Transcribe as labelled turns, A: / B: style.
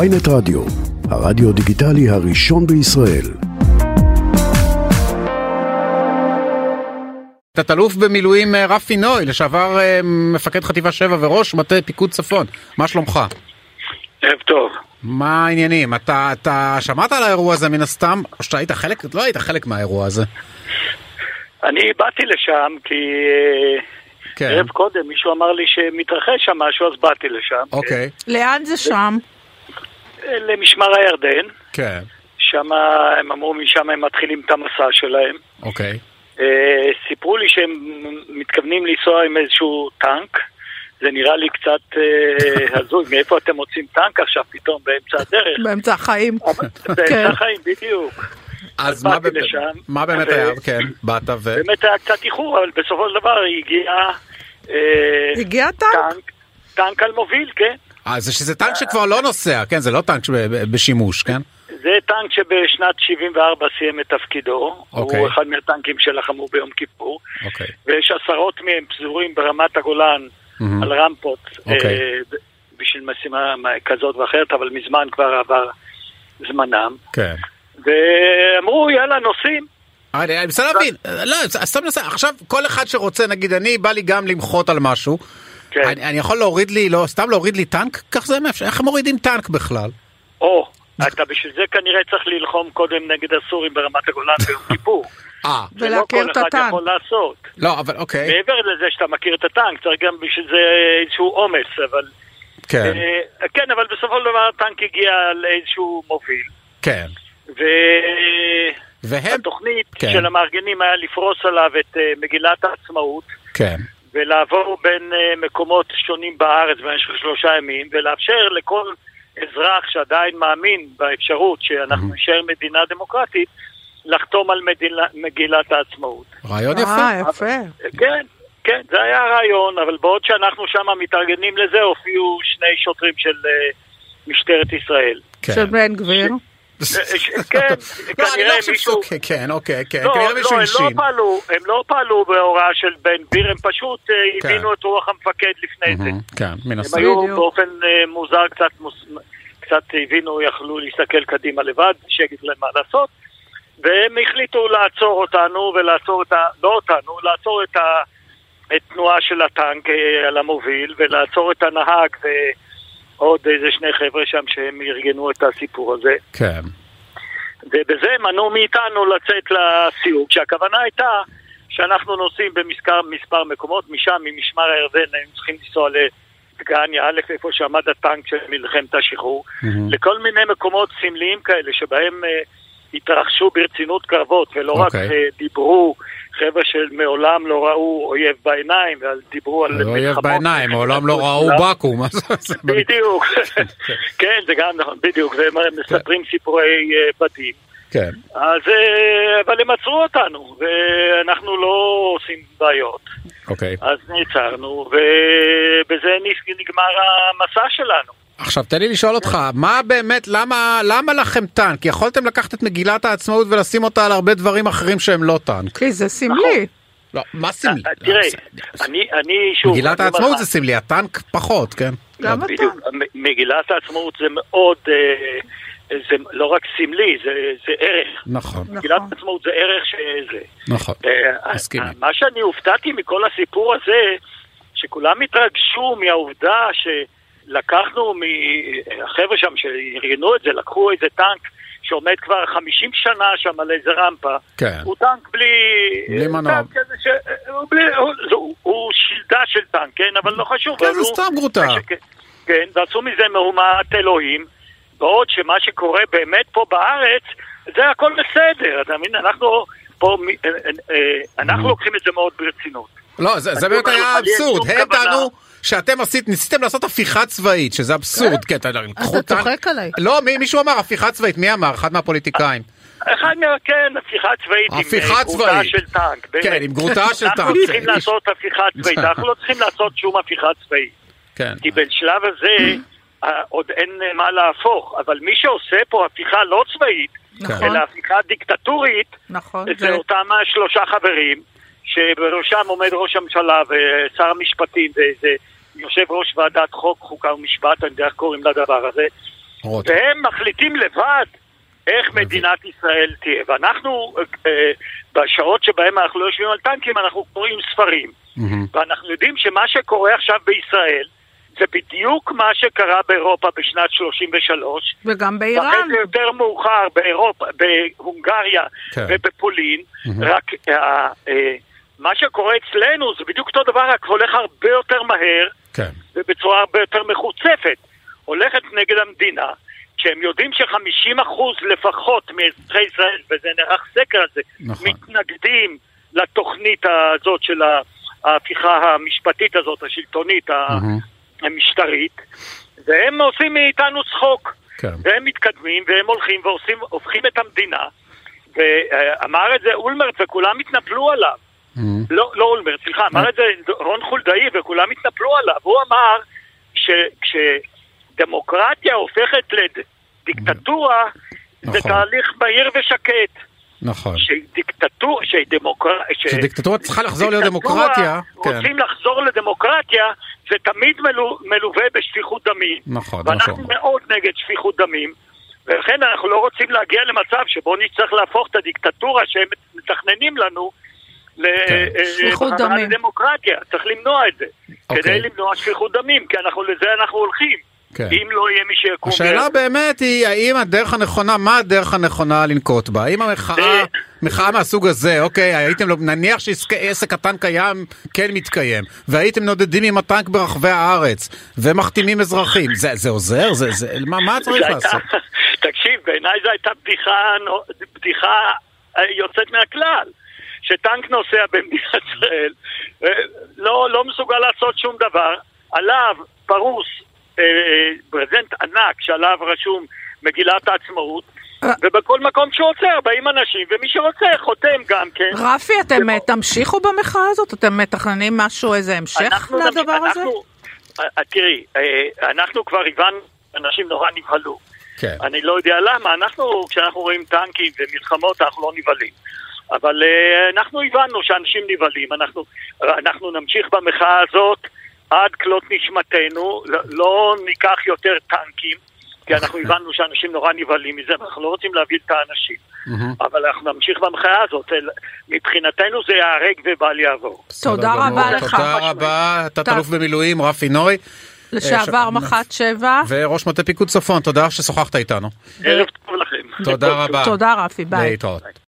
A: ויינט רדיו, הרדיו דיגיטלי הראשון בישראל.
B: תת-אלוף במילואים אה, רפי נוי, לשעבר אה, מפקד חטיבה 7 וראש מטה פיקוד צפון, מה שלומך?
C: ערב טוב.
B: מה העניינים? אתה, אתה שמעת על האירוע הזה מן הסתם, או שאתה היית חלק, לא היית חלק מהאירוע הזה.
C: אני באתי לשם כי אה,
B: כן,
C: ערב קודם מישהו אמר לי שמתרחש שם משהו, אז באתי לשם.
B: אוקיי,
D: לאן זה שם?
C: אה, למשמר הירדן,
B: כן,
C: שם הם אמרו משם הם מתחילים את המסע שלהם.
B: אוקיי,
C: אה, סיפרו לי שהם מתכוונים לנסוע עם איזשהו טנק. זה נראה לי קצת אה, הזוי, מאיפה אתם מוצאים טנק עכשיו פתאום באמצע הדרך?
D: באמצע החיים.
C: אבל
B: כן.
C: באמצע החיים, בדיוק.
B: אז
C: באתי
B: מה, באמת-
C: לשם,
B: מה באמת
C: ו-
B: היה? כן, באת ו...
C: באמת היה קצת איחור, אבל בסופו של דבר הגיע אה,
D: הגיע טנק?
C: טנק, טנק על מוביל, כן.
B: אה, זה שזה טנק שכבר לא נוסע, כן, זה לא טנק שב- ב- בשימוש, כן?
C: זה טנק שבשנת 74 סיים את תפקידו,
B: אוקיי.
C: הוא אחד מהטנקים שלחמו ביום כיפור,
B: אוקיי,
C: ויש עשרות מהם פזורים ברמת הגולן
B: מהמם.
C: על רמפות
B: אוקיי.
C: אה, ב- בשביל משימה כזאת ואחרת, אבל מזמן כבר עבר זמנם,
B: כן.
C: ואמרו יאללה נוסעים,
B: אה, אני אני מנסה להבין, אה, לא, אני סתם מנסה, עכשיו כל אחד שרוצה, נגיד אני, בא לי גם למחות על משהו,
C: כן,
B: אני, אני יכול להוריד לי, לא, סתם להוריד לי טנק? כך זה מאפשר, איך מורידים טנק בכלל?
C: או, אתה בשביל זה כנראה צריך ללחום קודם נגד הסורים ברמת הגולן ביום כיפור,
B: אה,
C: זה לא
D: ולהכיר
C: כל
D: את
C: אחד
D: הטנק.
C: יכול לעשות.
B: לא, אבל אוקיי,
C: מעבר לזה שאתה מכיר את הטנק, צריך גם בשביל זה איזשהו אומץ, אבל...
B: כן,
C: אה, כן, אבל בסופו של דבר הטנק הגיע לאיזשהו מוביל,
B: כן.
C: והתוכנית
B: והם, כן.
C: של המארגנים היה לפרוס עליו את אה, מגילת העצמאות,
B: כן,
C: ולעבור בין אה, מקומות שונים בארץ במשך שלושה ימים, ולאפשר לכל אזרח שעדיין מאמין באפשרות
B: Mhm.
C: שאנחנו נשאר מדינה דמוקרטית, לחתום על מדילה- מגילת העצמאות.
B: רעיון
D: אה,
B: יפה.
D: יפה.
C: כן, כן, זה היה הרעיון, אבל בעוד שאנחנו שם מתארגנים לזה, הופיעו שני שוטרים של אה, משטרת ישראל.
B: כן.
D: של בן גביר.
C: אה, ש- כן,
B: לא, אני
C: כנראה
B: לא חושב
C: מישהו-
B: שהוא, כן, אוקיי, כן,
C: לא,
B: כנראה
C: לא,
B: מישהו
C: הם לא
B: הלשין.
C: פעלו, הם לא פעלו בהוראה של בן גביר, הם פשוט אה,
B: כן.
C: הבינו את רוח המפקד לפני זה.
B: מהמם, כן, מן
C: הם
B: הסתם.
C: היו
D: בדיוק.
C: באופן אה, מוזר, קצת מוס- קצת הבינו, יכלו להסתכל קדימה לבד, שיגיד להם מה לעשות, והם החליטו לעצור אותנו ולעצור את ה... לא אותנו, לעצור את ה... את תנועה של הטנק אה, על המוביל, ולעצור את הנהג ועוד איזה שני חבר'ה שם שהם ארגנו את הסיפור הזה.
B: כן,
C: ובזה מנעו מאיתנו לצאת לסיור, כשהכוונה הייתה שאנחנו נוסעים במספר, מספר מקומות, משם, ממשמר הירדן, היינו צריכים לנסוע לדגניה א', איפה שעמד הטנק של מלחמת השחרור,
B: מהמם.
C: לכל מיני מקומות סמליים כאלה שבהם אה, התרחשו ברצינות קרבות, ולא רק
B: אוקיי.
C: אה, דיברו חבר'ה שמעולם לא ראו אויב בעיניים, אבל דיברו על
B: הוא לא אויב
C: מלחמות.
B: בעיניים, מעולם לא ראו בקו"ם. אז זה באמת-
C: בדיוק, כן, זה גם נכון, בדיוק, והם מספרים סיפורי אה, בתים.
B: כן,
C: אז, אה, אבל הם עצרו אותנו, ואנחנו לא עושים בעיות.
B: אוקיי.
C: אז נעצרנו, ובזה נס- נגמר המסע שלנו.
B: עכשיו תן לי לשאול אותך, מה באמת, למה למה לכם טנק? יכולתם לקחת את מגילת העצמאות ולשים אותה על הרבה דברים אחרים שהם לא טנק.
D: כי זה סמלי.
B: לא, מה סמלי?
C: אה, תראה,
B: לא, בסדר.
C: אני, אני שוב...
B: מגילת
C: אני אומר
B: העצמאות
C: לך,
B: זה סמלי, הטנק פחות, כן?
D: גם אתה.
C: בדיוק, מ- מגילת העצמאות זה מאוד... אה, זה לא רק סמלי, זה, זה ערך.
B: נכון,
C: מגילת
D: נכון.
C: העצמאות זה ערך שזה.
B: נכון.
C: לא. אה,
B: מסכים.
C: אה, מה שאני הופתעתי מכל הסיפור הזה, שכולם התרגשו מהעובדה שלקחנו מהחבר'ה שם שארגנו את זה, לקחו איזה טנק שעומד כבר 50 שנה שם על איזה רמפה.
B: כן.
C: הוא טנק בלי...
B: בלי
C: הוא
B: מנוע.
C: טנק כזה ש... אה, הוא, בלי... הוא... הוא... הוא שלדה של טנק, כן? אבל לא חשוב.
B: כן,
C: אבל
B: זה
C: הוא-
B: סתם גרוטה.
C: כן, כן, ועשו מזה מהומת אלוהים, בעוד שמה שקורה באמת פה בארץ, זה הכל בסדר, אתה מבין? אנחנו פה, מ- אה, אה, אה,
B: Mm-hmm.
C: אנחנו לוקחים את זה מאוד ברצינות.
B: לא, זה זה
C: אני
B: באמת
C: אומר לך,
B: היה
C: לי אין
B: אבסורד.
C: שום
B: הם
C: כוונה.
B: טענו שאתם עשית- ניסיתם לעשות הפיכה צבאית, שזה אבסורד. כן, אתה קחו
D: אתה
B: טנק-
D: צוחק עליי.
B: לא, מי- מישהו אמר הפיכה צבאית, מי אמר? אחד מהפוליטיקאים.
C: אחד מה... כן, הפיכה צבאית עם
B: הפיכה
C: אה, גרוטה
B: צבאית.
C: של טנק. באמת.
B: כן, עם גרוטה של
C: אנחנו
B: טנק.
C: צריכים לעשות הפיכה צבאית, אנחנו לא צריכים לעשות שום הפיכה צבאית.
B: כן.
C: כי בשלב הזה
B: Mm-hmm.
C: אה, עוד אין אה, מה להפוך, אבל מי שעושה פה הפיכה לא צבאית,
D: נכון,
C: אלא הפיכה דיקטטורית,
D: נכון.
C: זה
D: זה-
C: אותם שלושה חברים, שבראשם עומד ראש הממשלה ושר המשפטים ואיזה יושב ראש ועדת חוק, חוקה ומשפט, אני יודע איך קוראים לדבר הזה,
B: רותם.
C: והם מחליטים לבד איך מדינת ישראל תהיה. ואנחנו, אה, אה, בשעות שבהן אנחנו לא יושבים על טנקים, אנחנו קוראים ספרים.
B: מהמם.
C: ואנחנו יודעים שמה שקורה עכשיו בישראל, זה בדיוק מה שקרה באירופה בשנת 33,
D: וגם
C: ואחרי
D: באיראן.
C: זה יותר מאוחר באירופה, בהונגריה
B: כן.
C: ובפולין,
B: מהמם.
C: רק אה, אה, מה שקורה אצלנו זה בדיוק אותו דבר, רק הולך הרבה יותר מהר
B: כן.
C: ובצורה הרבה יותר מחוצפת. הולכת נגד המדינה, כשהם יודעים ש-50% לפחות מאזרחי ישראל, וזה נערך סקר על זה,
B: נכון.
C: מתנגדים לתוכנית הזאת של ה- ההפיכה המשפטית הזאת, השלטונית, ה-
B: מהמם.
C: המשטרית, והם עושים מאיתנו צחוק.
B: כן.
C: והם מתקדמים, והם הולכים ועושים, הופכים את המדינה, ואמר את זה אולמרט וכולם התנפלו עליו.
B: מהמם.
C: לא, לא אולמרט, סליחה,
B: אה.
C: אמר את זה רון חולדאי וכולם התנפלו עליו. הוא אמר שכשדמוקרטיה הופכת לדיקטטורה, זה
B: נכון.
C: תהליך מהיר ושקט.
B: נכון.
C: שדיקטטורה, שדמוקרטיה...
B: שדיקטטורה צריכה לחזור להיות דמוקרטיה, כן.
C: רוצים לחזור לדמוקרטיה, זה תמיד מלו- מלווה בשפיכות דמים.
B: נכון, זה מה
C: ואנחנו
B: שאומרים.
C: מאוד נגד שפיכות דמים, ולכן אנחנו לא רוצים להגיע למצב שבו נצטרך להפוך את הדיקטטורה שהם מתכננים לנו אה,
B: כן.
D: שפיכות דמים.
C: לדמוקרטיה. צריך למנוע את זה.
B: אוקיי.
C: כדי למנוע שפיכות דמים, כי אנחנו, לזה אנחנו הולכים.
B: כן.
C: אם לא יהיה מי שיקום...
B: השאלה באמת היא האם הדרך הנכונה, מה הדרך הנכונה לנקוט בה? האם המחאה,
C: אה.
B: מחאה מהסוג הזה, אוקיי, הייתם, לו- נניח שעסק קטן קיים, כן מתקיים, והייתם נודדים עם הטנק ברחבי הארץ, ומחתימים אזרחים, זה, זה עוזר? זה, זה, מה, מה
C: זו
B: צריך
C: הייתה-
B: לעשות?
C: תקשיב, בעיניי זו הייתה בדיחה, נו- בדיחה אה, יוצאת מהכלל. שטנק נוסע במדינת ישראל, אה, לא, לא מסוגל לעשות שום דבר, עליו פרוס אה, אה, ברזנט ענק שעליו רשום מגילת העצמאות,
D: אה.
C: ובכל מקום שהוא עוצר באים אנשים, ומי שרוצה חותם גם כן.
D: רפי, אתם אה, תמשיכו במחאה הזאת? אתם מתכננים משהו, איזה המשך
C: אנחנו נמשיך-
D: לדבר הזה?
C: אנחנו- אה, תראי, אה, אנחנו כבר הבנו, אנשים נורא נבהלו.
B: כן.
C: אני לא יודע למה, אנחנו, כשאנחנו רואים טנקים ומלחמות, אנחנו לא נבהלים. אבל אה, אנחנו הבנו שאנשים נבהלים, אנחנו, אנחנו נמשיך במחאה הזאת עד כלות נשמתנו, לא- לא ניקח יותר טנקים, כי אנחנו הבנו שאנשים נורא נבהלים מזה, ואנחנו לא רוצים להבהיל את האנשים.
B: מהמם.
C: אבל אנחנו נמשיך במחאה הזאת, אל- מבחינתנו זה ייהרג ובל יעבור.
D: תודה
B: בסדר גמור.
D: רבה לך.
B: תודה אה, רבה, תת-אלוף במילואים רפי נוי,
D: לשעבר
B: אה, ש-
D: מח"ט שבע.
B: וראש מטה פיקוד צפון, תודה ששוחחת איתנו.
C: ערב טוב לכם.
B: תודה רבה.
D: תודה רבי, ביי.
B: להתראות.